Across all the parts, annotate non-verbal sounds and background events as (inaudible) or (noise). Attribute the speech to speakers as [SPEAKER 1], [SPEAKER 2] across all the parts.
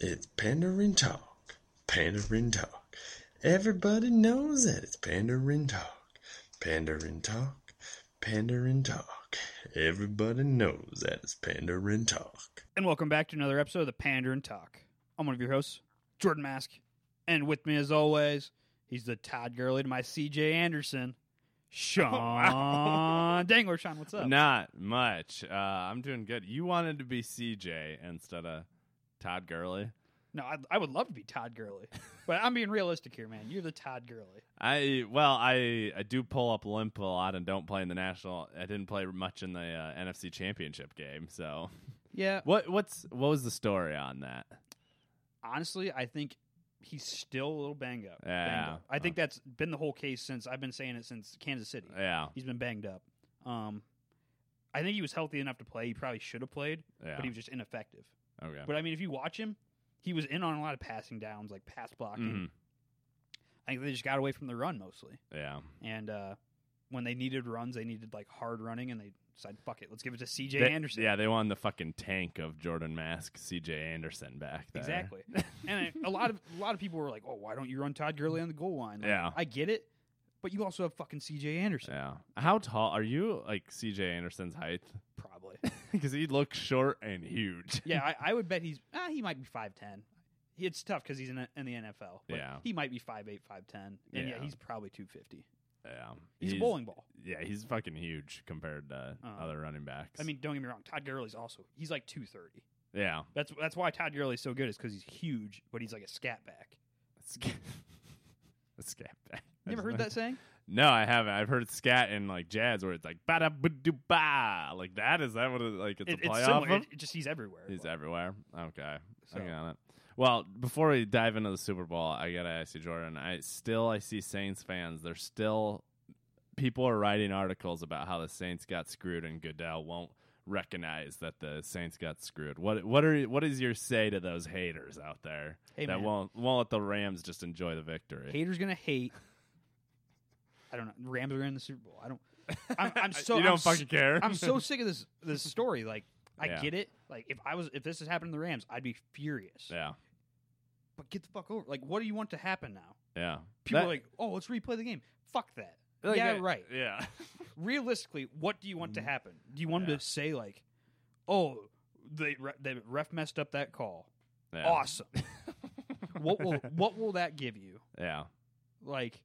[SPEAKER 1] It's Pandarin Talk. Pandarin Talk. Everybody knows that it's Pandarin Talk. Pandarin Talk. Pandarin Talk. Everybody knows that it's Pandarin Talk.
[SPEAKER 2] And welcome back to another episode of the Pander and Talk. I'm one of your hosts, Jordan Mask. And with me, as always, he's the Todd Gurley to my CJ
[SPEAKER 3] (laughs)
[SPEAKER 2] Anderson, Sean Dangler. Sean, what's up?
[SPEAKER 3] Not much. Uh, I'm doing good. You wanted to be CJ instead of Todd Gurley.
[SPEAKER 2] No, I, I would love to be Todd Gurley, but I'm being realistic here, man. You're the Todd Gurley.
[SPEAKER 3] I well, I I do pull up limp a lot and don't play in the national. I didn't play much in the uh, NFC Championship game. So
[SPEAKER 2] Yeah.
[SPEAKER 3] what what's what was the story on that?
[SPEAKER 2] Honestly, I think he's still a little banged up.
[SPEAKER 3] Yeah.
[SPEAKER 2] Banged up. I think that's been the whole case since I've been saying it since Kansas City.
[SPEAKER 3] Yeah,
[SPEAKER 2] He's been banged up. Um, I think he was healthy enough to play. He probably should have played,
[SPEAKER 3] yeah.
[SPEAKER 2] but he was just ineffective.
[SPEAKER 3] okay.
[SPEAKER 2] But I mean, if you watch him, he was in on a lot of passing downs, like pass blocking.
[SPEAKER 3] Mhm.
[SPEAKER 2] I think they just got away from the run mostly.
[SPEAKER 3] Yeah,
[SPEAKER 2] And uh, when they needed runs, they needed like hard running, and they decided, "Fuck it, let's give it to C.J.
[SPEAKER 3] They-
[SPEAKER 2] Anderson."
[SPEAKER 3] Yeah, they won the fucking tank of Jordan Mask, C.J. Anderson back there. (laughs)
[SPEAKER 2] exactly. and I- a lot of a lot of people were like, "Oh, why don't you run Todd Gurley on the goal line?" Like,
[SPEAKER 3] Yeah.
[SPEAKER 2] I get it, but you also have fucking C.J. Anderson,
[SPEAKER 3] Yeah. How tall are you? Like C.J. Anderson's height? (laughs)
[SPEAKER 2] probably.
[SPEAKER 3] Because he looks short and huge.
[SPEAKER 2] yeah, I, I would bet he's ah, he might be five ten. It's tough because he's in, a- in the NFL. But
[SPEAKER 3] Yeah.
[SPEAKER 2] he might be five eight, five ten, and yeah,
[SPEAKER 3] Yeah.
[SPEAKER 2] he's probably two fifty.
[SPEAKER 3] Yeah.
[SPEAKER 2] He's, a bowling ball.
[SPEAKER 3] Yeah, he's fucking huge compared to
[SPEAKER 2] Uh,
[SPEAKER 3] other running backs.
[SPEAKER 2] I mean, don't get me wrong. Todd Gurley's also he's like two thirty.
[SPEAKER 3] yeah. (laughs)
[SPEAKER 2] That's that's why Todd Gurley's so good is because he's huge, but he's like a scat back.
[SPEAKER 3] (laughs) Scat, scat back.
[SPEAKER 2] You ever heard that saying?
[SPEAKER 3] No, I haven't. I've heard scat in like jazz where it's like ba da ba do ba. Like that? Is that what it like? It's
[SPEAKER 2] It-
[SPEAKER 3] a
[SPEAKER 2] it's
[SPEAKER 3] playoff.
[SPEAKER 2] similar.
[SPEAKER 3] of?
[SPEAKER 2] It, it just he's everywhere.
[SPEAKER 3] He's everywhere. Okay.
[SPEAKER 2] So-
[SPEAKER 3] I got it. Well, before we dive into the Super Bowl, I gotta ask you, Jordan. I still I see Saints fans. They're still people are writing articles about how the Saints got screwed and Goodell won't recognize that the Saints got screwed. What what are what is your say to those haters out there
[SPEAKER 2] Hey,
[SPEAKER 3] that
[SPEAKER 2] man.
[SPEAKER 3] won't won't let the Rams just enjoy the victory?
[SPEAKER 2] Haters gonna hate. I don't know. Rams are in the Super Bowl. I (laughs) don't. I'm,
[SPEAKER 3] (laughs)
[SPEAKER 2] I'm so.
[SPEAKER 3] you don't
[SPEAKER 2] I'm s-
[SPEAKER 3] fucking care.
[SPEAKER 2] I'm
[SPEAKER 3] (laughs)
[SPEAKER 2] so sick of this this story. Like I
[SPEAKER 3] Yeah.
[SPEAKER 2] get it. Like if I was if this is happening to the Rams, I'd be furious.
[SPEAKER 3] yeah
[SPEAKER 2] But get the fuck over. Like what do you want to happen now?
[SPEAKER 3] yeah.
[SPEAKER 2] People
[SPEAKER 3] That-
[SPEAKER 2] are like, oh, let's replay the game. Fuck that.
[SPEAKER 3] like,
[SPEAKER 2] yeah,
[SPEAKER 3] uh,
[SPEAKER 2] right.
[SPEAKER 3] Yeah. (laughs)
[SPEAKER 2] realistically, what do you want to happen? Do you want
[SPEAKER 3] Mm-hmm. Yeah.
[SPEAKER 2] him to say like, "Oh, the re- the ref messed up that call.
[SPEAKER 3] yeah. (laughs)
[SPEAKER 2] Awesome. what will what will that give you?
[SPEAKER 3] Yeah.
[SPEAKER 2] Like,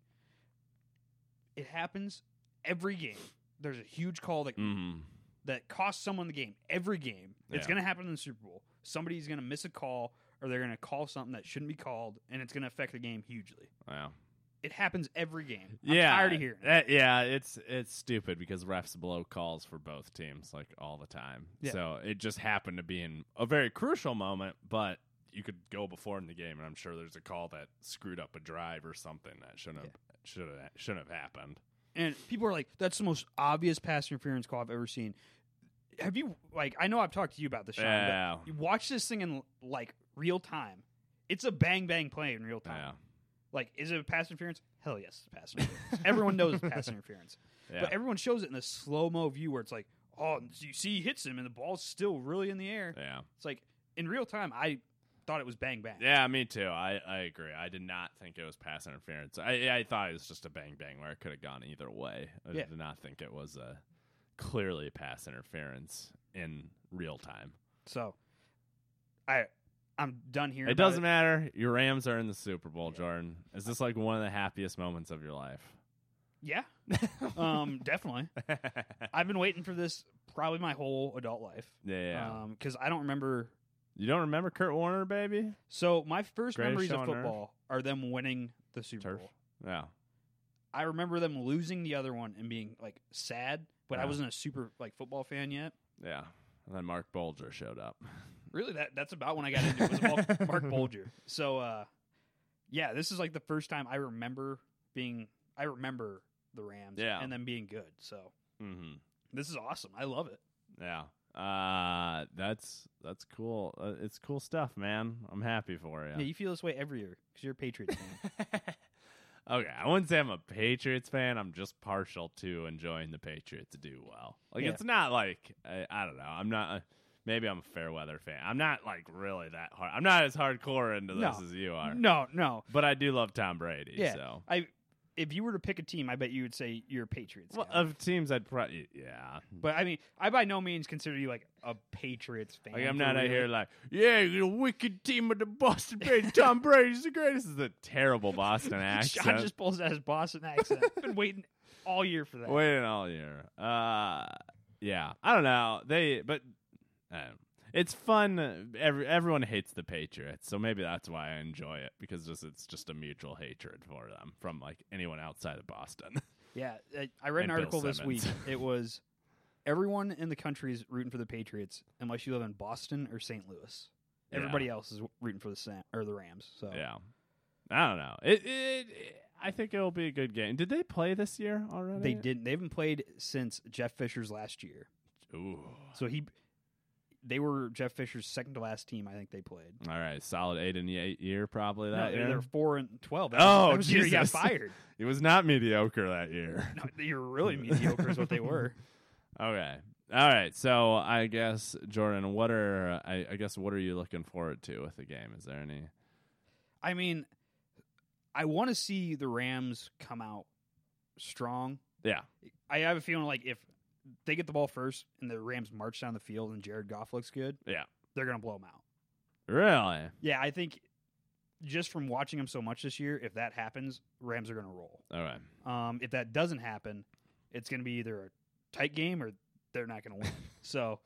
[SPEAKER 2] it happens every game. There's a huge call that
[SPEAKER 3] Mm.
[SPEAKER 2] that costs someone the game every game. It's
[SPEAKER 3] Yeah.
[SPEAKER 2] going to happen in the Super Bowl. Somebody's going to miss a call, or they're going to call something that shouldn't be called, and it's going to affect the game hugely.
[SPEAKER 3] Yeah.
[SPEAKER 2] It happens every game. I'm
[SPEAKER 3] yeah,
[SPEAKER 2] tired of hearing. it.
[SPEAKER 3] that- Eh, yeah, it's it's stupid because refs blow calls for both teams like all the time.
[SPEAKER 2] Yeah.
[SPEAKER 3] So it just happened to be in a very crucial moment, but you could go before in the game, and I'm sure there's a call that screwed up a drive or something that shouldn't have should have shouldn't have happened.
[SPEAKER 2] and people are like, "That's the most obvious pass interference call I've ever seen." Have you like? I know I've talked to you about this, Sean.
[SPEAKER 3] Yeah.
[SPEAKER 2] But you watch this thing in like real time. It's a bang bang play in real time.
[SPEAKER 3] Yeah,
[SPEAKER 2] Like, is it a pass interference? Hell yes, it's pass interference. everyone knows it's
[SPEAKER 3] (laughs)
[SPEAKER 2] pass interference,
[SPEAKER 3] yeah,
[SPEAKER 2] but everyone shows it in a slow mo view where it's like, oh, you see, he hits him, and the ball's still really in the air.
[SPEAKER 3] yeah,
[SPEAKER 2] It's like in real time, I thought it was bang bang.
[SPEAKER 3] yeah. Me too. I, I agree. I did not think it was pass interference. I I thought it was just a bang bang where it could have gone either way. I
[SPEAKER 2] Yeah.
[SPEAKER 3] did not think it was a clearly pass interference in real time.
[SPEAKER 2] So, I I'm done here.
[SPEAKER 3] It doesn't matter. Your Rams are in the Super Bowl, Jordan. Is this like one of the happiest moments of
[SPEAKER 2] (laughs)
[SPEAKER 3] your life?
[SPEAKER 2] Yeah. um. (laughs) Definitely.
[SPEAKER 3] yeah,
[SPEAKER 2] I've been waiting for this probably my whole adult life.
[SPEAKER 3] yeah.
[SPEAKER 2] Because I don't remember.
[SPEAKER 3] you don't remember Kurt Warner, baby?
[SPEAKER 2] So my first
[SPEAKER 3] Greatest
[SPEAKER 2] memories of
[SPEAKER 3] show on earth.
[SPEAKER 2] football are them winning the Super
[SPEAKER 3] Turf.
[SPEAKER 2] Bowl.
[SPEAKER 3] Yeah,
[SPEAKER 2] I remember them losing the other one and being like sad, but I
[SPEAKER 3] Yeah.
[SPEAKER 2] wasn't a super like football fan yet.
[SPEAKER 3] yeah. And then Mark Bolger showed up.
[SPEAKER 2] Really, that that's about when I got into it. was Mark,
[SPEAKER 3] (laughs)
[SPEAKER 2] Mark Bolger. So, uh, yeah, this is like the first time I remember being. I remember the Rams
[SPEAKER 3] Yeah.
[SPEAKER 2] and them being good. So
[SPEAKER 3] Mm-hmm.
[SPEAKER 2] this is awesome. I love it.
[SPEAKER 3] Yeah, uh, that's that's cool. Uh, it's cool stuff, man. I'm happy for
[SPEAKER 2] Yeah. you feel this way every year because you're a Patriots
[SPEAKER 3] (laughs)
[SPEAKER 2] fan.
[SPEAKER 3] okay, I wouldn't say I'm a Patriots fan. I'm just partial to enjoying the Patriots do well. Like
[SPEAKER 2] Yeah.
[SPEAKER 3] it's not like I, I don't know. I'm not. Maybe I'm a fair weather fan. I'm not like really that hard. I'm not as hardcore into this
[SPEAKER 2] No.
[SPEAKER 3] as you are.
[SPEAKER 2] No, no.
[SPEAKER 3] But I do love Tom Brady.
[SPEAKER 2] Yeah.
[SPEAKER 3] So
[SPEAKER 2] I if you were to pick a team, I bet you would say you're Patriots.
[SPEAKER 3] well,
[SPEAKER 2] guy.
[SPEAKER 3] of teams, I'd probably yeah.
[SPEAKER 2] but I mean, I by no means consider you like a Patriots fan.
[SPEAKER 3] Like I'm
[SPEAKER 2] for
[SPEAKER 3] not out
[SPEAKER 2] real. (laughs)
[SPEAKER 3] here like yeah, the wicked team of the Boston Braves. Tom Brady's the greatest. This is a terrible
[SPEAKER 2] (laughs)
[SPEAKER 3] Boston
[SPEAKER 2] John
[SPEAKER 3] accent.
[SPEAKER 2] just pulls out his Boston accent. I've been waiting all year for that.
[SPEAKER 3] Waiting all year. Uh, yeah, I don't know. They but uh, it's fun. Every everyone hates the Patriots, so maybe that's why I enjoy it because just it's just a mutual hatred for them from like anyone outside of Boston. (laughs)
[SPEAKER 2] Yeah, I- I read an
[SPEAKER 3] And Bill
[SPEAKER 2] article this week.
[SPEAKER 3] Simmons. (laughs)
[SPEAKER 2] It was everyone in the country is rooting for the Patriots unless you live in Boston or St. Louis. Everybody else is rooting for the Sam or the Rams. So
[SPEAKER 3] Yeah, I don't know. It, it, I think it'll be a good game. Did they play this year already?
[SPEAKER 2] they didn't. They haven't played since Jeff Fisher's last year.
[SPEAKER 3] Ooh.
[SPEAKER 2] So he, they were Jeff Fisher's second to last team. I think they played.
[SPEAKER 3] All right, solid eight and eight year probably that
[SPEAKER 2] no,
[SPEAKER 3] year.
[SPEAKER 2] they were four and twelve. That
[SPEAKER 3] Oh,
[SPEAKER 2] was, that was the year he got
[SPEAKER 3] Jesus. (laughs)
[SPEAKER 2] fired.
[SPEAKER 3] It was not mediocre that year.
[SPEAKER 2] No, they were really mediocre is what they
[SPEAKER 3] (laughs)
[SPEAKER 2] were.
[SPEAKER 3] Okay. All right. So I guess Jordan, what are I, I guess what are you looking forward to with the game? Is there any?
[SPEAKER 2] I mean, I want to see the Rams come out strong.
[SPEAKER 3] Yeah.
[SPEAKER 2] I have a feeling like if they get the ball first and the Rams march down the field and Jared Goff looks good,
[SPEAKER 3] Yeah.
[SPEAKER 2] they're gonna blow him out.
[SPEAKER 3] Really?
[SPEAKER 2] Yeah, I think just from watching him so much this year, if that happens, Rams are gonna roll.
[SPEAKER 3] All right.
[SPEAKER 2] Um, if that doesn't happen, it's gonna be either a tight game or they're not gonna
[SPEAKER 3] (laughs)
[SPEAKER 2] win. so,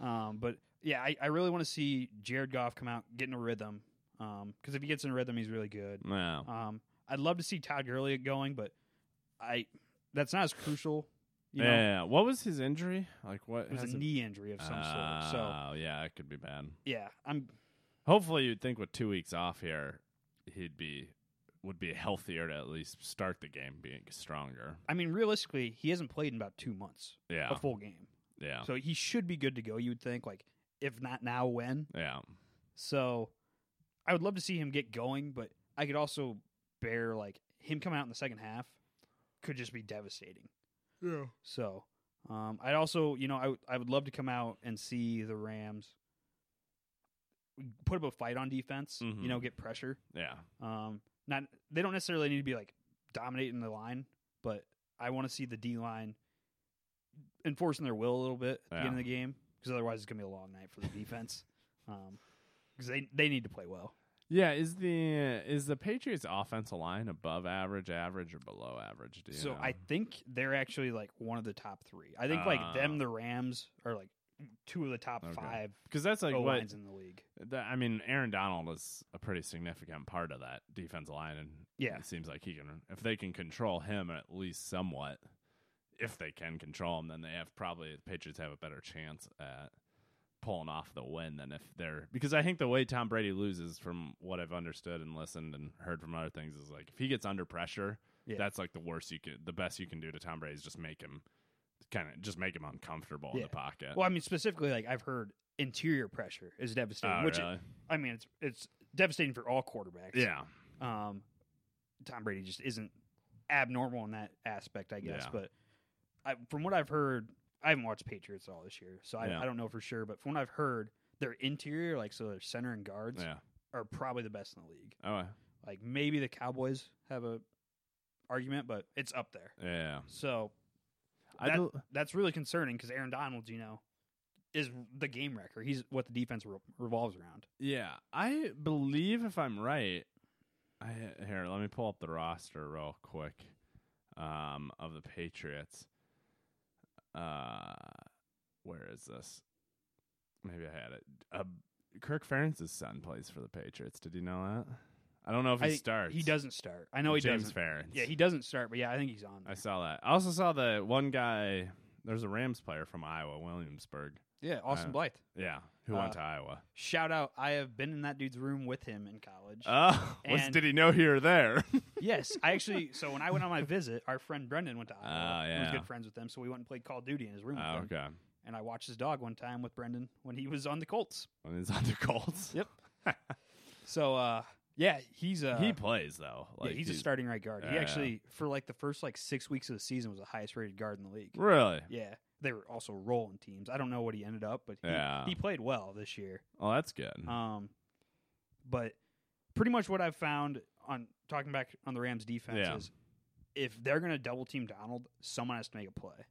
[SPEAKER 2] um, but yeah, I, I really want to see Jared Goff come out get in a rhythm. Um, because if he gets in a rhythm, he's really good.
[SPEAKER 3] No.
[SPEAKER 2] Um, I'd love to see Todd Gurley going, but I that's not as crucial. You know,
[SPEAKER 3] yeah, yeah. What was his injury? Like what?
[SPEAKER 2] it was
[SPEAKER 3] has
[SPEAKER 2] a knee injury of some sort. So
[SPEAKER 3] Oh yeah, it could be bad.
[SPEAKER 2] yeah, I'm
[SPEAKER 3] Hopefully, you'd think with two weeks off here, he'd be would be healthier to at least start the game being stronger.
[SPEAKER 2] I mean realistically, he hasn't played in about two months,
[SPEAKER 3] Yeah.
[SPEAKER 2] a full game,
[SPEAKER 3] Yeah.
[SPEAKER 2] so he should be good to go. You would think, like if not now, when?
[SPEAKER 3] Yeah.
[SPEAKER 2] So I would love to see him get going, but I could also bear like him coming out in the second half could just be devastating.
[SPEAKER 1] Yeah.
[SPEAKER 2] So um, I'd also, you know, I would- I would love to come out and see the Rams put up a fight on defense.
[SPEAKER 3] Mhm.
[SPEAKER 2] You know, get pressure.
[SPEAKER 3] Yeah.
[SPEAKER 2] Um, not they don't necessarily need to be like dominating the line, but I want to see the D line enforcing their will a little bit at the
[SPEAKER 3] Yeah.
[SPEAKER 2] end of the game because otherwise it's gonna be a long night for the defense. (laughs) Um 'cause because they they need to play well.
[SPEAKER 3] Yeah, is the is the Patriots offensive line above average, average, or below average? Do you
[SPEAKER 2] So
[SPEAKER 3] know?
[SPEAKER 2] I think they're actually like one of the top three. I think like
[SPEAKER 3] Ah.
[SPEAKER 2] them, the Rams are like two of the top
[SPEAKER 3] Okay.
[SPEAKER 2] five
[SPEAKER 3] because that's like
[SPEAKER 2] O
[SPEAKER 3] what
[SPEAKER 2] lines in the league.
[SPEAKER 3] the, I mean. Aaron Donald is a pretty significant part of that defensive line, and
[SPEAKER 2] Yeah.
[SPEAKER 3] it seems like he can if they can control him at least somewhat. If they can control him, then they have probably the Patriots have a better chance at pulling off the win than if they're because I think the way Tom Brady loses, from what I've understood and listened and heard from other things, is like if he gets under pressure,
[SPEAKER 2] Yeah.
[SPEAKER 3] that's like the worst you can, the best you can do to Tom Brady is just make him kind of just make him uncomfortable in
[SPEAKER 2] Yeah.
[SPEAKER 3] the pocket.
[SPEAKER 2] Well, I mean specifically, like I've heard interior pressure is devastating.
[SPEAKER 3] Oh,
[SPEAKER 2] which
[SPEAKER 3] really?
[SPEAKER 2] I mean, it's it's devastating for all quarterbacks.
[SPEAKER 3] yeah,
[SPEAKER 2] Um, Tom Brady just isn't abnormal in that aspect, I guess.
[SPEAKER 3] Yeah.
[SPEAKER 2] But I, from what I've heard, I haven't watched Patriots all this year, so I,
[SPEAKER 3] Yeah.
[SPEAKER 2] I don't know for sure. But from what I've heard, their interior, like so, their center and guards
[SPEAKER 3] yeah.
[SPEAKER 2] are probably the best in the league.
[SPEAKER 3] Oh,
[SPEAKER 2] Like maybe the Cowboys have a argument, but it's up there.
[SPEAKER 3] yeah.
[SPEAKER 2] So
[SPEAKER 3] I
[SPEAKER 2] That-
[SPEAKER 3] do,
[SPEAKER 2] that's really concerning because Aaron Donald, you know, is the game wrecker. He's what the defense re- revolves around.
[SPEAKER 3] yeah. I believe if I'm right, I here. Let me pull up the roster real quick um, of the Patriots. Uh, where is this? Maybe I had it. Uh, Kirk Ferentz's son plays for the Patriots. Did you know that? I don't know if he
[SPEAKER 2] I-
[SPEAKER 3] starts.
[SPEAKER 2] He doesn't start. I know he
[SPEAKER 3] James
[SPEAKER 2] doesn't.
[SPEAKER 3] Ferentz.
[SPEAKER 2] Yeah, he doesn't start, but yeah, I think he's on.
[SPEAKER 3] I saw that. I also saw the one guy. There's a Rams player from Iowa, Williamsburg.
[SPEAKER 2] Yeah, Austin
[SPEAKER 3] Uh,
[SPEAKER 2] Blythe.
[SPEAKER 3] Yeah, who went
[SPEAKER 2] Uh,
[SPEAKER 3] to Iowa.
[SPEAKER 2] Shout out! I have been in that dude's room with him in college.
[SPEAKER 3] Oh, (laughs) was,
[SPEAKER 2] and-
[SPEAKER 3] did he know here
[SPEAKER 2] (laughs)
[SPEAKER 3] or there?
[SPEAKER 2] yes, I actually. (laughs) So when I went on my visit, our friend Brendan went to Iowa.
[SPEAKER 3] Ah,
[SPEAKER 2] He was
[SPEAKER 3] yeah.
[SPEAKER 2] good friends with them, so we went and played Call of Duty in his room.
[SPEAKER 3] oh,
[SPEAKER 2] with him.
[SPEAKER 3] okay.
[SPEAKER 2] And I watched his dog one time with Brendan when he was on the Colts.
[SPEAKER 3] When he's on the Colts.
[SPEAKER 2] Yep. So uh, Yeah, he's a
[SPEAKER 3] he plays though. Like
[SPEAKER 2] yeah, he's a starting right guard. he
[SPEAKER 3] Yeah.
[SPEAKER 2] actually for like the first like six weeks of the season was the highest rated guard in the league.
[SPEAKER 3] Really?
[SPEAKER 2] Yeah, they were also rolling teams. I don't know what he ended up, but he,
[SPEAKER 3] Yeah.
[SPEAKER 2] he played well this year.
[SPEAKER 3] Oh, that's good.
[SPEAKER 2] Um, but pretty much what I've found on talking back on the Rams defense
[SPEAKER 3] Yeah.
[SPEAKER 2] is if they're gonna double team Donald, someone has to make a play.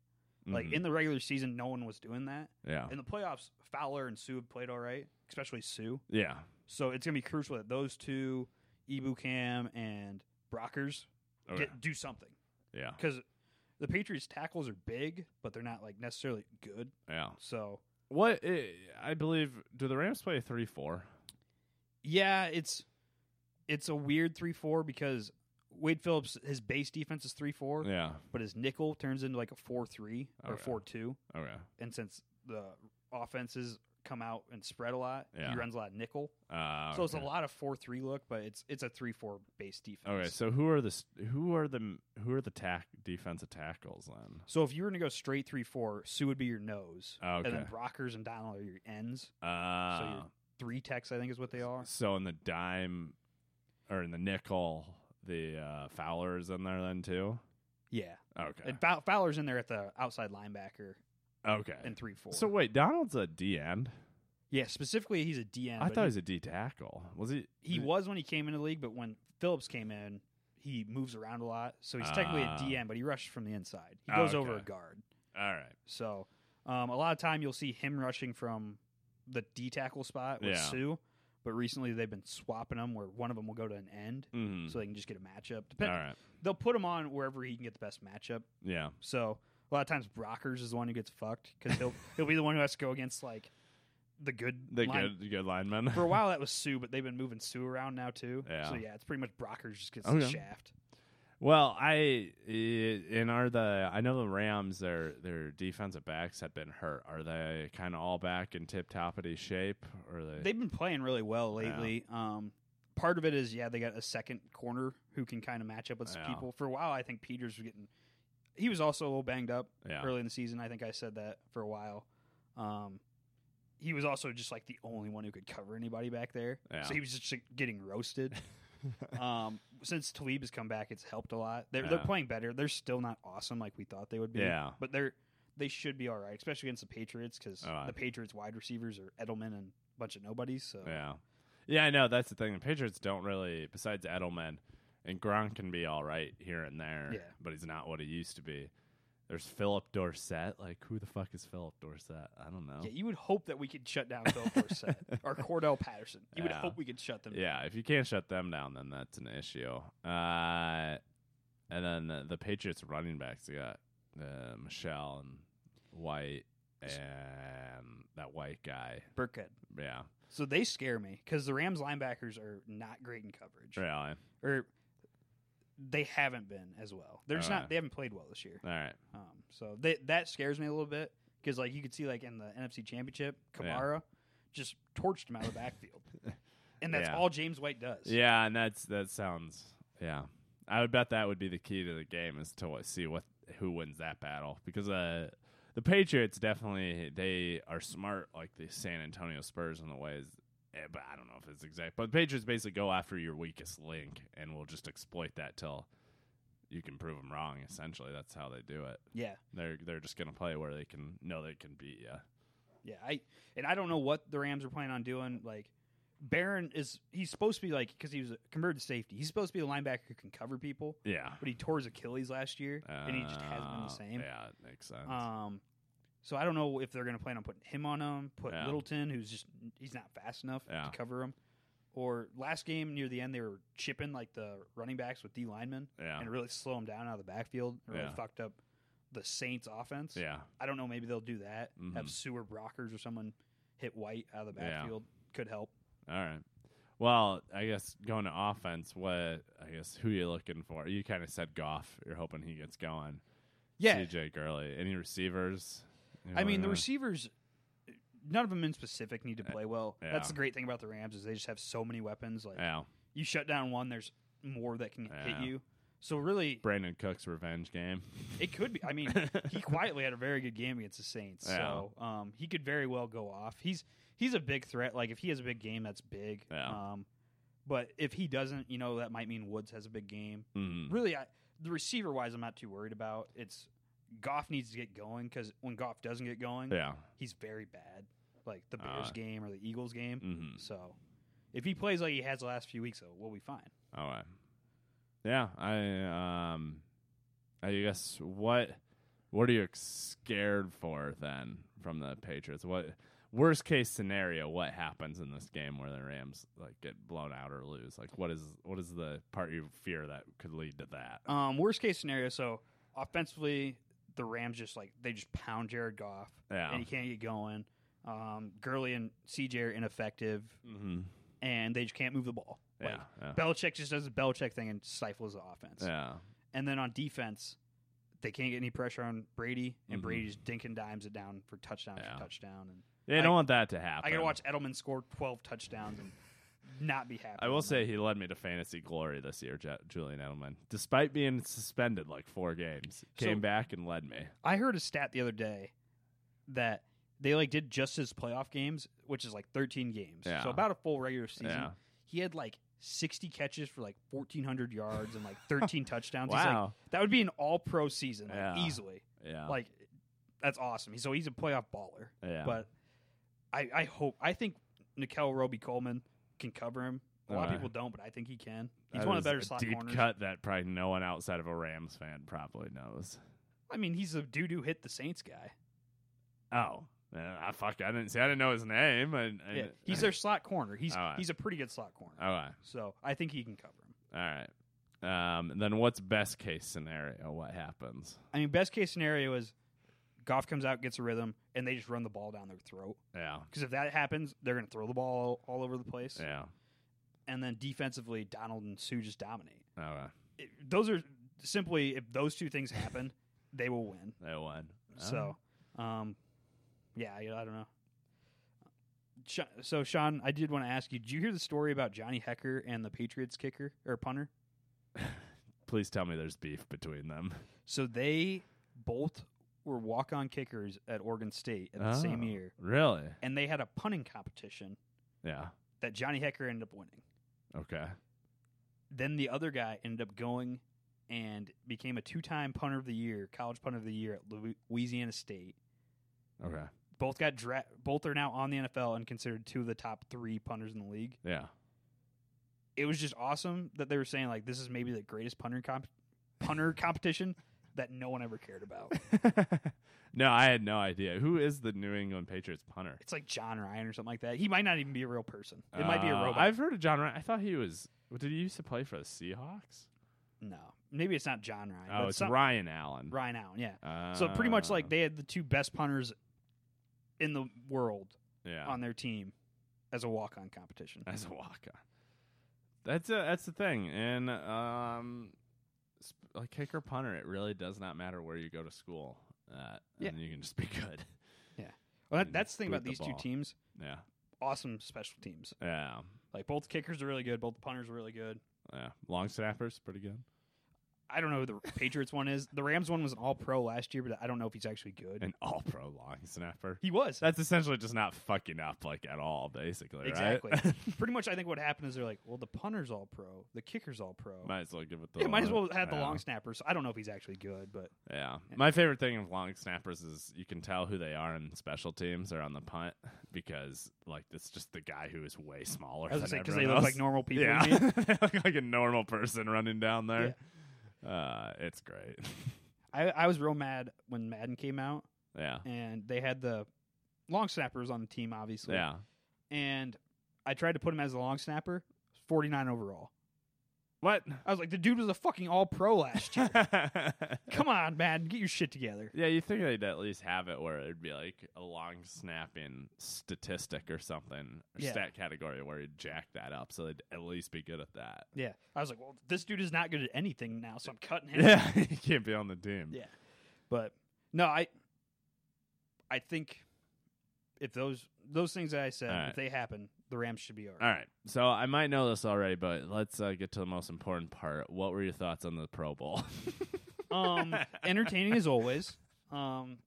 [SPEAKER 2] Like
[SPEAKER 3] Mhm.
[SPEAKER 2] in the regular season, no one was doing that.
[SPEAKER 3] yeah,
[SPEAKER 2] In the playoffs, Fowler and Sue have played all right, especially Sue.
[SPEAKER 3] yeah,
[SPEAKER 2] So it's gonna be crucial that those two, Ibu Cam and Brockers,
[SPEAKER 3] Okay.
[SPEAKER 2] get, do something
[SPEAKER 3] yeah,
[SPEAKER 2] because the Patriots tackles are big, but they're not like necessarily good.
[SPEAKER 3] yeah.
[SPEAKER 2] So
[SPEAKER 3] What i I believe? Do the Rams play three four?
[SPEAKER 2] yeah, it's it's a weird three four because Wade Phillips his base defense is three four,
[SPEAKER 3] Yeah.
[SPEAKER 2] but his nickel turns into like a four three or
[SPEAKER 3] Okay.
[SPEAKER 2] four two,
[SPEAKER 3] Okay.
[SPEAKER 2] and since the offenses come out and spread a lot,
[SPEAKER 3] Yeah.
[SPEAKER 2] he runs a lot of nickel.
[SPEAKER 3] Uh,
[SPEAKER 2] So it's a
[SPEAKER 3] okay.
[SPEAKER 2] lot of four three look, but it's it's a three four base defense.
[SPEAKER 3] Okay, so who are the s- who are the who are the tack defensive tackles then?
[SPEAKER 2] So if you were to go straight three four, Sue would be your nose, and
[SPEAKER 3] Okay,
[SPEAKER 2] then Brockers and Donald are your ends. so
[SPEAKER 3] uh,
[SPEAKER 2] your three techs, I think, is what they are.
[SPEAKER 3] so in the dime or in the nickel, the uh, Fowler's in there then too.
[SPEAKER 2] Yeah,
[SPEAKER 3] Okay,
[SPEAKER 2] and Fow- Fowler's in there at the outside linebacker
[SPEAKER 3] okay.
[SPEAKER 2] in three four.
[SPEAKER 3] so wait, Donald's a D end.
[SPEAKER 2] yeah, specifically, he's a DN.
[SPEAKER 3] I
[SPEAKER 2] but
[SPEAKER 3] thought
[SPEAKER 2] he-
[SPEAKER 3] he was a D tackle. Was he?
[SPEAKER 2] he was when he came into the league, but when Phillips came in, he moves around a lot, so he's technically a
[SPEAKER 3] Ah.
[SPEAKER 2] DN, but he rushes from the inside. He
[SPEAKER 3] Oh,
[SPEAKER 2] goes over a
[SPEAKER 3] okay.
[SPEAKER 2] guard.
[SPEAKER 3] All right.
[SPEAKER 2] So um, a lot of time you'll see him rushing from the D tackle spot with
[SPEAKER 3] Yeah.
[SPEAKER 2] Sue, but recently they've been swapping them where one of them will go to an end.
[SPEAKER 3] Mm-hmm.
[SPEAKER 2] So they can just get a matchup.
[SPEAKER 3] All
[SPEAKER 2] Depend-
[SPEAKER 3] right.
[SPEAKER 2] They'll put him on wherever he can get the best matchup.
[SPEAKER 3] Yeah.
[SPEAKER 2] So a lot of times Brockers is the one who gets fucked because he'll (laughs) he'll be the one who has to go against like the good
[SPEAKER 3] The
[SPEAKER 2] line-
[SPEAKER 3] good good lineman.
[SPEAKER 2] For a while that was Sue, but they've been moving Sue around now too.
[SPEAKER 3] Yeah.
[SPEAKER 2] So yeah, it's pretty much Brockers just gets the
[SPEAKER 3] Okay.
[SPEAKER 2] shaft.
[SPEAKER 3] (laughs) Well, I and are the I know the Rams their their defensive backs have been hurt. Are they kind of all back in tip toppity shape? Or are they?
[SPEAKER 2] They've been playing really well lately. Um, part of it is yeah they got a second corner who can kind of match up with some
[SPEAKER 3] Yeah.
[SPEAKER 2] people. For a while I think Peters was getting he was also a little banged up
[SPEAKER 3] yeah.
[SPEAKER 2] early in the season. I think I said that for a while. Um, he was also just like the only one who could cover anybody back there,
[SPEAKER 3] Yeah.
[SPEAKER 2] so he was just like, getting
[SPEAKER 3] (laughs)
[SPEAKER 2] roasted. um, since Talib has come back, it's helped a lot. They're they're
[SPEAKER 3] Yeah.
[SPEAKER 2] playing better. They're still not awesome like we thought they would be.
[SPEAKER 3] Yeah.
[SPEAKER 2] but they're they should be all right, especially against the Patriots because
[SPEAKER 3] Oh, I-
[SPEAKER 2] the Patriots wide receivers are Edelman and a bunch of nobodies. So
[SPEAKER 3] Yeah. Yeah, I know that's the thing. The Patriots don't really besides Edelman and Gronk can be all right here and there,
[SPEAKER 2] Yeah.
[SPEAKER 3] but he's not what he used to be. There's Philip Dorsett. Like who the fuck is Philip Dorsett? I don't know.
[SPEAKER 2] yeah, you would hope that we could shut down Phil
[SPEAKER 3] (laughs)
[SPEAKER 2] Forsett or Cordell Patterson. You would
[SPEAKER 3] Yeah.
[SPEAKER 2] hope we could shut them. down.
[SPEAKER 3] Yeah, if you can't shut them down, then that's an issue. Uh, and then the, the Patriots running backs they got uh, Michelle and White and that white guy.
[SPEAKER 2] Burkhead.
[SPEAKER 3] Yeah,
[SPEAKER 2] So they scare me because the Rams linebackers are not great in coverage,
[SPEAKER 3] really. All
[SPEAKER 2] or they haven't been as well. They're just
[SPEAKER 3] All
[SPEAKER 2] not.
[SPEAKER 3] right.
[SPEAKER 2] They haven't played well this year.
[SPEAKER 3] right.
[SPEAKER 2] Um, so they, that scares me a little bit because like you could see like in the NFC Championship,
[SPEAKER 3] Yeah.
[SPEAKER 2] Kamara just torched him out of the
[SPEAKER 3] (laughs)
[SPEAKER 2] backfield, and that's
[SPEAKER 3] Yeah.
[SPEAKER 2] all James White does.
[SPEAKER 3] Yeah, and that's that sounds. Yeah, I would bet that would be the key to the game is to what, see what who wins that battle because uh, the Patriots definitely they are smart like the San Antonio Spurs in the ways. eh, But I don't know if it's exact. But the Patriots basically go after your weakest link and will just exploit that till you can prove them wrong. Essentially, that's how they do it.
[SPEAKER 2] yeah,
[SPEAKER 3] They're they're just gonna play where they can know they can beat you.
[SPEAKER 2] yeah. I and I don't know what the Rams are planning on doing. Like Barron is he's supposed to be like because he was converted to safety. He's supposed to be a linebacker who can cover people,
[SPEAKER 3] Yeah,
[SPEAKER 2] but he tore his Achilles last year, and he just hasn't been
[SPEAKER 3] Uh,
[SPEAKER 2] the same.
[SPEAKER 3] Yeah, it makes sense.
[SPEAKER 2] Um, so I don't know if they're going to plan on putting him on him, put
[SPEAKER 3] Yeah.
[SPEAKER 2] Littleton, who's just he's not fast enough
[SPEAKER 3] Yeah.
[SPEAKER 2] to cover him. Or last game near the end, they were chipping like the running backs with D linemen
[SPEAKER 3] yeah,
[SPEAKER 2] and really slow him down out of the backfield. It Really
[SPEAKER 3] Yeah.
[SPEAKER 2] fucked up the Saints' offense.
[SPEAKER 3] yeah.
[SPEAKER 2] I don't know. Maybe they'll do that.
[SPEAKER 3] Mhm.
[SPEAKER 2] Have Sewer Brockers or someone hit White out of the
[SPEAKER 3] Yeah.
[SPEAKER 2] backfield could help.
[SPEAKER 3] All right. Well, I guess going to offense, what I guess who you looking for? You kind of said Goff. You're hoping he gets going.
[SPEAKER 2] Yeah,
[SPEAKER 3] CJ Gurley. Any receivers? You
[SPEAKER 2] I mean the
[SPEAKER 3] know?
[SPEAKER 2] receivers. None of them in specific need to play well.
[SPEAKER 3] Uh, yeah.
[SPEAKER 2] That's the great thing about the Rams is they just have so many weapons. Like
[SPEAKER 3] Yeah.
[SPEAKER 2] you shut down one, there's more that can
[SPEAKER 3] Yeah.
[SPEAKER 2] hit you. So really,
[SPEAKER 3] Brandon Cook's revenge game.
[SPEAKER 2] it
[SPEAKER 3] (laughs)
[SPEAKER 2] could be. I mean, he quietly had a very good game against the Saints, so um, he could very well go off. He's he's a big threat. Like if he has a big game, that's big.
[SPEAKER 3] Yeah.
[SPEAKER 2] Um, But if he doesn't, you know, that might mean Woods has a big game.
[SPEAKER 3] Mhm.
[SPEAKER 2] Really, I, the receiver wise, I'm not too worried about. It's Goff needs to get going because when Goff doesn't get going,
[SPEAKER 3] Yeah.
[SPEAKER 2] he's very bad. Like the Bears
[SPEAKER 3] Ah.
[SPEAKER 2] game or the Eagles game.
[SPEAKER 3] hmm
[SPEAKER 2] So if he plays like he has the last few weeks, though, we'll be fine.
[SPEAKER 3] All right. Yeah, I um I guess what what are you scared for then from the Patriots? What worst case scenario, what happens in this game where the Rams like get blown out or lose? Like what is what is the part you fear that could lead to that?
[SPEAKER 2] Um, worst case scenario, so offensively, the Rams just like they just pound Jared Goff
[SPEAKER 3] Yeah.
[SPEAKER 2] and he can't get going. Um, Gurley and CJ are ineffective
[SPEAKER 3] Mm-hmm.
[SPEAKER 2] and they just can't move the ball.
[SPEAKER 3] Yeah.
[SPEAKER 2] Like,
[SPEAKER 3] yeah.
[SPEAKER 2] Belichick just does the Belichick thing and stifles the offense.
[SPEAKER 3] yeah.
[SPEAKER 2] And then on defense, they can't get any pressure on Brady, and
[SPEAKER 3] Mhm.
[SPEAKER 2] Brady's dinking dimes it down for touchdown
[SPEAKER 3] Yeah.
[SPEAKER 2] for touchdown. And
[SPEAKER 3] They
[SPEAKER 2] I-
[SPEAKER 3] don't want that to happen.
[SPEAKER 2] I gotta watch Edelman score twelve touchdowns and not be happy.
[SPEAKER 3] I will
[SPEAKER 2] with
[SPEAKER 3] say he led me to fantasy glory this year, Ju- Julian Edelman. Despite being suspended like four games,
[SPEAKER 2] So-
[SPEAKER 3] came back and led me.
[SPEAKER 2] I heard a stat the other day that they like did just his playoff games, which is like 13 games,
[SPEAKER 3] Yeah.
[SPEAKER 2] so about a full regular season.
[SPEAKER 3] Yeah.
[SPEAKER 2] He had like 60 catches for like 1,400 yards
[SPEAKER 3] (laughs)
[SPEAKER 2] and like 13 touchdowns. He's like,
[SPEAKER 3] Wow.
[SPEAKER 2] that would be an All Pro season like,
[SPEAKER 3] Yeah.
[SPEAKER 2] easily.
[SPEAKER 3] Yeah.
[SPEAKER 2] Like that's awesome. So he's a playoff baller.
[SPEAKER 3] yeah.
[SPEAKER 2] But I, I hope I think Nikel Roby Coleman can cover him. A lot
[SPEAKER 3] Alright.
[SPEAKER 2] of people don't, but I think he can. He's
[SPEAKER 3] That
[SPEAKER 2] one
[SPEAKER 3] is
[SPEAKER 2] of the better
[SPEAKER 3] a
[SPEAKER 2] slot
[SPEAKER 3] deep
[SPEAKER 2] corners.
[SPEAKER 3] cut that probably no one outside of a Rams fan probably knows.
[SPEAKER 2] I mean, he's a doo doo hit the Saints guy.
[SPEAKER 3] Oh, man, I fuck, I didn't see. I didn't know his name. And, and
[SPEAKER 2] Yeah, he's their slot corner. He's
[SPEAKER 3] Alright.
[SPEAKER 2] he's a pretty good slot corner.
[SPEAKER 3] All right,
[SPEAKER 2] So I think he can cover him.
[SPEAKER 3] oh, all right. Um, then what's best case scenario? What happens?
[SPEAKER 2] I mean, best case scenario is Goff comes out, gets a rhythm, and they just run the ball down their throat.
[SPEAKER 3] Yeah,
[SPEAKER 2] Because if that happens, they're going to throw the ball all over the place.
[SPEAKER 3] yeah.
[SPEAKER 2] And then defensively, Donald and Sue just dominate.
[SPEAKER 3] All right,
[SPEAKER 2] It, those are simply, if those two things happen, they will win.
[SPEAKER 3] they won.
[SPEAKER 2] So, um, yeah, I, I don't know. Sh- So, Sean, I did want to ask you: Did you hear the story about Johnny Hecker and the Patriots kicker or punter?
[SPEAKER 3] please tell me there's beef between them.
[SPEAKER 2] So they both were walk-on kickers at Oregon State at the same
[SPEAKER 3] Oh,
[SPEAKER 2] year,
[SPEAKER 3] Really?
[SPEAKER 2] and they had a punting competition
[SPEAKER 3] Yeah.
[SPEAKER 2] that Johnny Hecker ended up winning.
[SPEAKER 3] Okay.
[SPEAKER 2] Then the other guy ended up going and became a two-time punter of the year, college punter of the year at Lou- Louisiana State.
[SPEAKER 3] Okay.
[SPEAKER 2] Both got dra- both are now on the NFL and considered two of the top three punters in the league. (laughs)
[SPEAKER 3] Yeah.
[SPEAKER 2] It was just awesome that they were saying like this is maybe the greatest punter comp- punter (laughs) competition that no one ever cared
[SPEAKER 3] (laughs)
[SPEAKER 2] about.
[SPEAKER 3] no, I had no idea. Who is the New England Patriots punter?
[SPEAKER 2] It's like John Ryan or something like that. He might not even be a real person. It might be a
[SPEAKER 3] Uh,
[SPEAKER 2] robot.
[SPEAKER 3] I've heard of John Ryan. I thought he was. Did he used to play for the Seahawks?
[SPEAKER 2] No, maybe it's not John Ryan.
[SPEAKER 3] Oh,
[SPEAKER 2] but
[SPEAKER 3] it's
[SPEAKER 2] some-
[SPEAKER 3] Ryan Allen.
[SPEAKER 2] Ryan Allen. Yeah.
[SPEAKER 3] Uh,
[SPEAKER 2] So pretty much like they had the two best punters in the world
[SPEAKER 3] yeah, (laughs)
[SPEAKER 2] on their team as a walk-on competition.
[SPEAKER 3] as a walker. That's a, that's the thing, and um, sp- like kicker punter, it really does not matter where you go to school. Uh,
[SPEAKER 2] Yeah.
[SPEAKER 3] and you can just be (laughs) good.
[SPEAKER 2] Well,
[SPEAKER 3] Mm,
[SPEAKER 2] that, that's the thing
[SPEAKER 3] boot
[SPEAKER 2] about
[SPEAKER 3] the
[SPEAKER 2] these two
[SPEAKER 3] ball.
[SPEAKER 2] teams.
[SPEAKER 3] Yeah,
[SPEAKER 2] Awesome special teams.
[SPEAKER 3] yeah,
[SPEAKER 2] Like both kickers are really good. Both punters are really good.
[SPEAKER 3] yeah. Long snappers, pretty good.
[SPEAKER 2] I don't know who
[SPEAKER 3] (laughs)
[SPEAKER 2] the Patriots one is. The Rams one was an All-Pro last year, but I don't know if he's actually good.
[SPEAKER 3] An all pro long snapper.
[SPEAKER 2] He was.
[SPEAKER 3] That's essentially just not fucking up like at all, basically.
[SPEAKER 2] Exactly.
[SPEAKER 3] Right?
[SPEAKER 2] pretty much. I think what happened is they're like, well, the punter's All-Pro, the kicker's All-Pro.
[SPEAKER 3] (laughs) might as well give it the.
[SPEAKER 2] yeah, might as
[SPEAKER 3] long-
[SPEAKER 2] well have the
[SPEAKER 3] yeah.
[SPEAKER 2] long snapper. So I don't know if he's actually good, but
[SPEAKER 3] Yeah. My favorite thing of long snappers is you can tell who they are in special teams or on the punt because like it's just the guy who is way smaller
[SPEAKER 2] I was
[SPEAKER 3] than
[SPEAKER 2] gonna say because they
[SPEAKER 3] everyone
[SPEAKER 2] look
[SPEAKER 3] else.
[SPEAKER 2] like normal people.
[SPEAKER 3] Yeah.
[SPEAKER 2] to
[SPEAKER 3] (laughs)
[SPEAKER 2] me.
[SPEAKER 3] They look like a normal person running down there. Uh it's great. (laughs)
[SPEAKER 2] I, I was real mad when Madden came out,
[SPEAKER 3] yeah.
[SPEAKER 2] and they had the long snappers on the team, obviously.
[SPEAKER 3] Yeah.
[SPEAKER 2] And I tried to put him as a long snapper, 49 overall.
[SPEAKER 3] What?
[SPEAKER 2] I was like, the dude was a fucking all pro last
[SPEAKER 3] (laughs)
[SPEAKER 2] year.
[SPEAKER 3] yeah, (laughs)
[SPEAKER 2] Come on, Madden, get your shit together.
[SPEAKER 3] you think they'd at least have it where it'd be like a long snapping statistic or something, or
[SPEAKER 2] Yeah.
[SPEAKER 3] stat category where you'd jack that up so they'd at least be good at that.
[SPEAKER 2] Yeah. I was like, well, this dude is not good at anything now, so I'm cutting him.
[SPEAKER 3] Yeah, (laughs) you can't be on the team.
[SPEAKER 2] Yeah. (laughs) But no, I I think if those those things that I said,
[SPEAKER 3] All right.
[SPEAKER 2] if they happen, the Rams should be all right.
[SPEAKER 3] All right. So I might know this already, but let's uh, get to the most important part. What were your thoughts on the Pro Bowl? (laughs)
[SPEAKER 2] Um entertaining as always. Um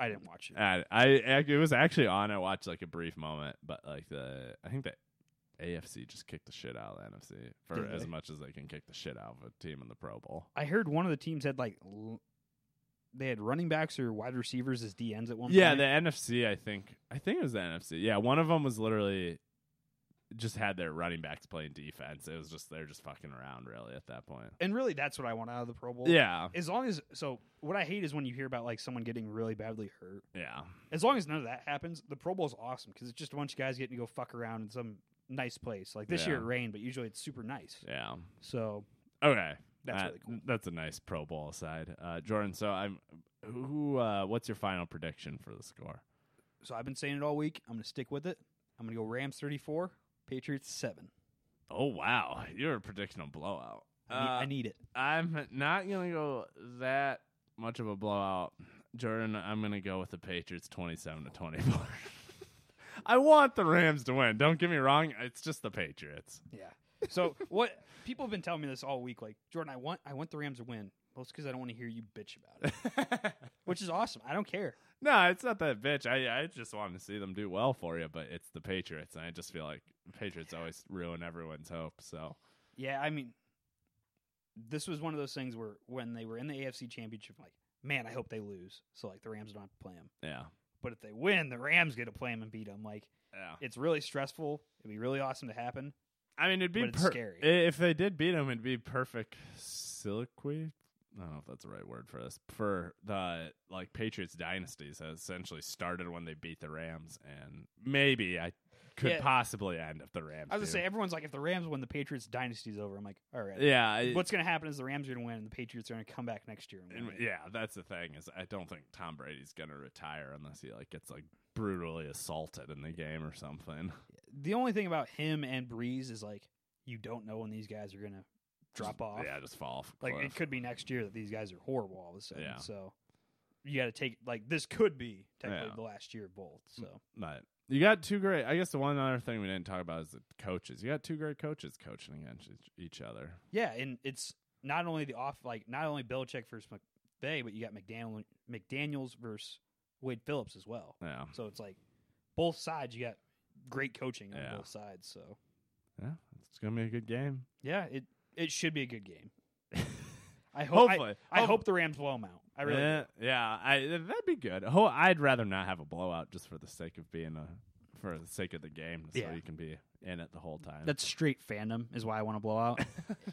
[SPEAKER 2] I didn't watch it.
[SPEAKER 3] I, I it was actually on. I watched like a brief moment, but like the I think that AFC just kicked the shit out of the NFC for
[SPEAKER 2] Did
[SPEAKER 3] as
[SPEAKER 2] they?
[SPEAKER 3] much as they can kick the shit out of a team in the Pro Bowl.
[SPEAKER 2] I heard one of the teams had like l- they had running backs or wide receivers as DNs at one
[SPEAKER 3] Yeah,
[SPEAKER 2] point.
[SPEAKER 3] the NFC. I think. I think it was the NFC. Yeah, one of them was literally just had their running backs playing defense. It was just they're just fucking around really at that point.
[SPEAKER 2] and really that's what I want out of the Pro Bowl.
[SPEAKER 3] Yeah,
[SPEAKER 2] As long as so what I hate is when you hear about like someone getting really badly hurt.
[SPEAKER 3] yeah.
[SPEAKER 2] As long as none of that happens, the Pro Bowl's awesome because it's just a bunch of guys getting to go fuck around in some nice place. Like this year
[SPEAKER 3] Yeah.
[SPEAKER 2] it rained, but usually it's super nice.
[SPEAKER 3] Yeah.
[SPEAKER 2] So
[SPEAKER 3] Okay.
[SPEAKER 2] That's
[SPEAKER 3] Uh,
[SPEAKER 2] really cool.
[SPEAKER 3] That's a nice Pro Bowl aside, uh, Jordan. So I'm. Who? Uh, what's your final prediction for the score?
[SPEAKER 2] so I've been saying it all week. I'm gonna stick with it. I'm gonna go Rams thirty four, Patriots seven.
[SPEAKER 3] Oh wow, you're predicting a blowout.
[SPEAKER 2] I need,
[SPEAKER 3] Uh,
[SPEAKER 2] I need it.
[SPEAKER 3] I'm not gonna go that much of a blowout, Jordan. I'm gonna go with the Patriots, twenty-seven to twenty-four. (laughs) I want the Rams to win. Don't get me wrong. It's just
[SPEAKER 2] (laughs)
[SPEAKER 3] the Patriots. (laughs)
[SPEAKER 2] Yeah. So what people have been telling me this all week, like Jordan, I want I want the Rams to win. Well, it's because I don't want to hear you bitch about it, which is awesome. I don't care.
[SPEAKER 3] no, it's not that bitch. I I just want to see them do well for you, but it's the Patriots, and I just feel like the Patriots always ruin everyone's hope. So
[SPEAKER 2] Yeah, I mean, this was one of those things where when they were in the AFC Championship, I'm like, man, I hope they lose. So like the Rams don't have to play them,
[SPEAKER 3] yeah,
[SPEAKER 2] but if they win, the Rams get to play them and beat them. Like
[SPEAKER 3] yeah.
[SPEAKER 2] it's really stressful. It'd be really awesome to happen.
[SPEAKER 3] I mean, it'd be
[SPEAKER 2] But it's
[SPEAKER 3] per-
[SPEAKER 2] scary.
[SPEAKER 3] i- if they did beat him. It'd be perfect soliloquy. I don't know if that's the right word for this. For the like Patriots dynasties has essentially started when they beat the Rams, and maybe I could
[SPEAKER 2] Yeah.
[SPEAKER 3] possibly end if the Rams.
[SPEAKER 2] I was gonna
[SPEAKER 3] do.
[SPEAKER 2] say everyone's like, if the Rams win, the Patriots dynasty's over. I'm like, all right.
[SPEAKER 3] yeah, I-
[SPEAKER 2] What's gonna happen is the Rams are gonna win, and the Patriots are gonna come back next year and win.
[SPEAKER 3] and-
[SPEAKER 2] it.
[SPEAKER 3] yeah, that's the thing is I don't think Tom Brady's gonna retire unless he like gets like brutally assaulted in the game or something.
[SPEAKER 2] the only thing about him and Breeze is like you don't know when these guys are gonna (laughs) drop
[SPEAKER 3] Just-
[SPEAKER 2] off.
[SPEAKER 3] Yeah, just fall off. a
[SPEAKER 2] like
[SPEAKER 3] cliff.
[SPEAKER 2] it could be next year that these guys are horrible all of a sudden.
[SPEAKER 3] Yeah.
[SPEAKER 2] So you got to take like this could be technically
[SPEAKER 3] Yeah.
[SPEAKER 2] the last year of both. So
[SPEAKER 3] But you got two great. I guess the one other thing we didn't talk about is the coaches. You got two great coaches coaching against each- each other.
[SPEAKER 2] yeah, and it's not only the off like not only Belichick versus McVay, but you got McDaniel McDaniel's versus Wade Phillips as well.
[SPEAKER 3] Yeah,
[SPEAKER 2] So it's like both sides. You got great coaching on
[SPEAKER 3] Yeah.
[SPEAKER 2] both sides. So
[SPEAKER 3] yeah, it's gonna be a good game.
[SPEAKER 2] yeah, it it should be a good
[SPEAKER 3] (laughs)
[SPEAKER 2] game. I hope. I,
[SPEAKER 3] Hopefully,
[SPEAKER 2] I hope the Rams blow them out. I really. do.
[SPEAKER 3] yeah, yeah, I, that'd be good. Oh, I'd rather not have a blowout just for the sake of being a for the sake of the game, so
[SPEAKER 2] Yeah.
[SPEAKER 3] you can be in it the whole time.
[SPEAKER 2] That's straight fandom is why I want to blow
[SPEAKER 3] (laughs)
[SPEAKER 2] out.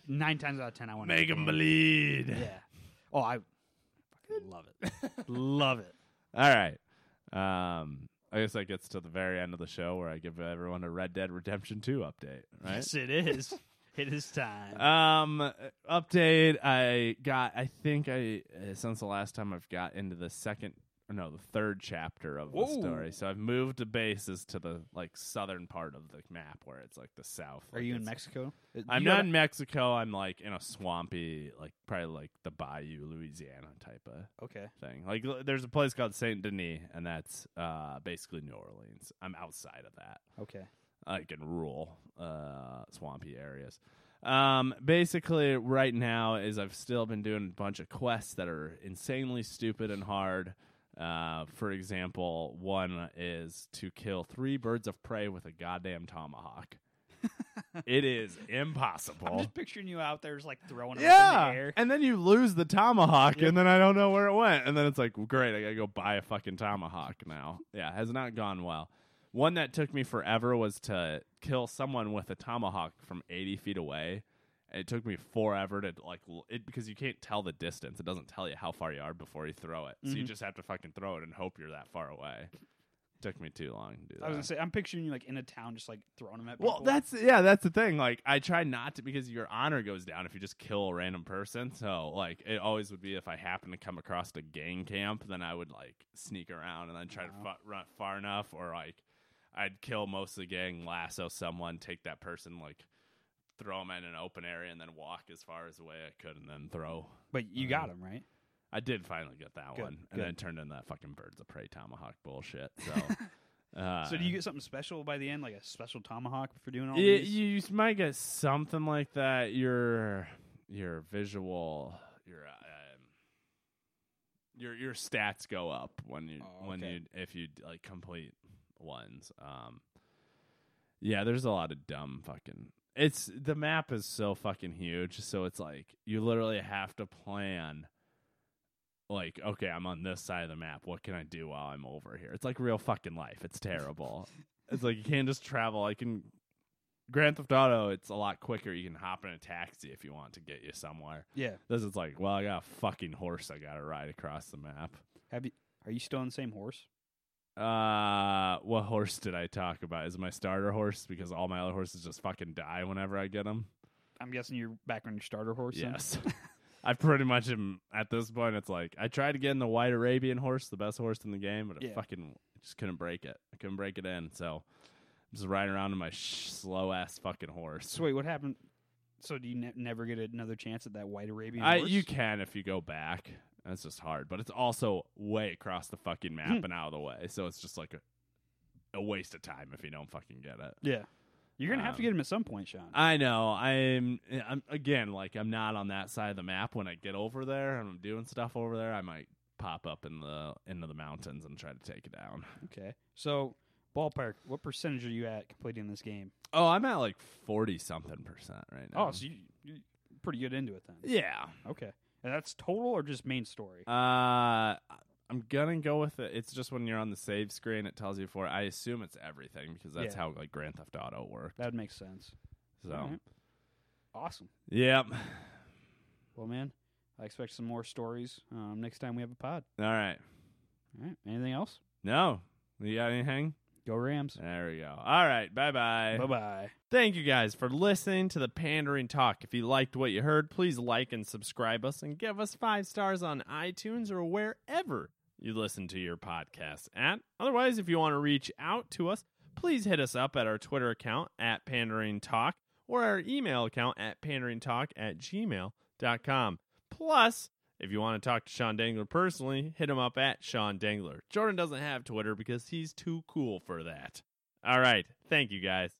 [SPEAKER 2] Nine times out of ten, I want to
[SPEAKER 3] make them bleed.
[SPEAKER 2] Yeah. Oh, I fucking love it.
[SPEAKER 3] (laughs)
[SPEAKER 2] love it.
[SPEAKER 3] All right. Um, I guess that gets to the very end of the show where I give everyone a Red Dead Redemption Two update. Right?
[SPEAKER 2] Yes, it is. it is time.
[SPEAKER 3] Um, update. I got. I think I uh, since the last time I've got into the second, or no, the third chapter of the
[SPEAKER 2] Whoa.
[SPEAKER 3] story. So I've moved the bases to the like southern part of the map where it's like the south.
[SPEAKER 2] Are
[SPEAKER 3] Like,
[SPEAKER 2] you in
[SPEAKER 3] it's-
[SPEAKER 2] Mexico?
[SPEAKER 3] I'm
[SPEAKER 2] You
[SPEAKER 3] not
[SPEAKER 2] gotta-
[SPEAKER 3] in Mexico. I'm like in a swampy, like probably like the Bayou, Louisiana type of
[SPEAKER 2] Okay.
[SPEAKER 3] thing. Like l- there's a place called Saint Denis, and that's uh basically New Orleans. I'm outside of that
[SPEAKER 2] Okay.
[SPEAKER 3] like in rural uh, swampy areas. Um, basically, right now is I've still been doing a bunch of quests that are insanely stupid and hard. Uh, for example, one is to kill three birds of prey with a
[SPEAKER 2] (laughs)
[SPEAKER 3] goddamn tomahawk. it is
[SPEAKER 2] I'm
[SPEAKER 3] impossible.
[SPEAKER 2] just picturing you out there, just like throwing it up in the
[SPEAKER 3] Yeah,
[SPEAKER 2] air.
[SPEAKER 3] and then you lose the tomahawk,
[SPEAKER 2] Yep.
[SPEAKER 3] and then I don't know where it went. And then it's like, well, great, I gotta go buy a fucking tomahawk now. Yeah, it has not gone well. One that took me forever was to kill someone with a tomahawk from 80 feet away. And It took me forever to like l- it because you can't tell the distance. It doesn't tell you how far you are before you throw it, so you
[SPEAKER 2] Mhm.
[SPEAKER 3] just have to fucking throw it and hope you're that far away. Took me too long to do that.
[SPEAKER 2] I was gonna say, I'm picturing you like in a town, just like throwing them at.
[SPEAKER 3] Well,
[SPEAKER 2] people.
[SPEAKER 3] that's yeah, that's the thing. Like, I try not to because your honor goes down if you just kill a random person. So, like, it always would be if I happen to come across a gang camp, then I would like sneak around and then try to
[SPEAKER 2] Wow.
[SPEAKER 3] fu- run far enough, or like I'd kill most of the gang, lasso someone, take that person, like throw them in an open area, and then walk as far as away I could, and then throw.
[SPEAKER 2] But you got
[SPEAKER 3] Uh,
[SPEAKER 2] him right.
[SPEAKER 3] I did finally get that
[SPEAKER 2] Good,
[SPEAKER 3] one, and
[SPEAKER 2] good.
[SPEAKER 3] then it turned into that fucking birds of prey tomahawk bullshit.
[SPEAKER 2] (laughs)
[SPEAKER 3] So. Uh,
[SPEAKER 2] so do you get something special by the end, like a special tomahawk for doing all
[SPEAKER 3] Y-
[SPEAKER 2] these?
[SPEAKER 3] you s- might get something like that. Your your visual your um, your your stats go up when you
[SPEAKER 2] Oh,
[SPEAKER 3] when
[SPEAKER 2] okay.
[SPEAKER 3] you if you like complete ones. Um, Yeah, there's a lot of dumb fucking. It's the map is so fucking huge, so it's like you literally have to plan. Like, okay, I'm on this side of the map. What can I do while I'm over here? It's like real fucking life. It's terrible. it's like you can't just travel. I can Grand Theft Auto. It's a lot quicker. You can hop in a taxi if you want to get you somewhere.
[SPEAKER 2] Yeah.
[SPEAKER 3] This is like, well, I got a fucking horse. I got to ride across the map.
[SPEAKER 2] Have you? Are you still on the same horse?
[SPEAKER 3] Uh, what horse did I talk about? Is it my starter horse? Because all my other horses just fucking die whenever I get them.
[SPEAKER 2] I'm guessing you're back on your starter horse. then?
[SPEAKER 3] Yes. (laughs) I pretty much am at this point. It's like I tried to get in the white Arabian horse, the best horse in the game, but I
[SPEAKER 2] Yeah.
[SPEAKER 3] fucking just couldn't break it. I couldn't break it in. So I'm just riding around on my sh- slow ass fucking horse.
[SPEAKER 2] So wait, what happened? So do you ne- never get another chance at that white Arabian
[SPEAKER 3] I,
[SPEAKER 2] horse?
[SPEAKER 3] you can if you go back. That's just hard, but it's also way across
[SPEAKER 2] (laughs)
[SPEAKER 3] the fucking map
[SPEAKER 2] Hmm.
[SPEAKER 3] and out of the way. So it's just like a, a waste of time if you don't fucking get it.
[SPEAKER 2] yeah. You're gonna have to
[SPEAKER 3] Um,
[SPEAKER 2] get him at some point, Sean.
[SPEAKER 3] I know. I'm, I'm again like I'm not on that side of the map. When I get over there and I'm doing stuff over there, I might pop up in the into the mountains and try to take it down.
[SPEAKER 2] okay. So ballpark, what percentage are you at completing this game?
[SPEAKER 3] Oh, I'm at like forty something percent right now.
[SPEAKER 2] Oh, so you, you're pretty good into it then.
[SPEAKER 3] Um, yeah.
[SPEAKER 2] Okay. And that's total or just main story?
[SPEAKER 3] Uh, I'm gonna go with it. It's just when you're on the save screen, it tells you for. I assume it's everything because that's
[SPEAKER 2] Yeah.
[SPEAKER 3] how like Grand Theft Auto worked.
[SPEAKER 2] that makes sense.
[SPEAKER 3] so,
[SPEAKER 2] All right. Awesome.
[SPEAKER 3] yep.
[SPEAKER 2] Well, man, I expect some more stories um, next time we have a pod.
[SPEAKER 3] All right.
[SPEAKER 2] All right. Anything else?
[SPEAKER 3] No, you got anything?
[SPEAKER 2] Go Rams.
[SPEAKER 3] There we go. All right. Bye bye.
[SPEAKER 2] Bye bye.
[SPEAKER 3] Thank you guys for listening to the Pandering Talk. If you liked what you heard, please like and subscribe us and give us five stars on iTunes or wherever you listen to your podcast at. Otherwise, if you want to reach out to us, please hit us up at our Twitter account at Pandering Talk or our email account at panderingtalk at gmail.com. Plus, if you want to talk to Sean Dangler personally, hit him up at Sean Dangler. Jordan doesn't have Twitter because he's too cool for that. All right. Thank you guys.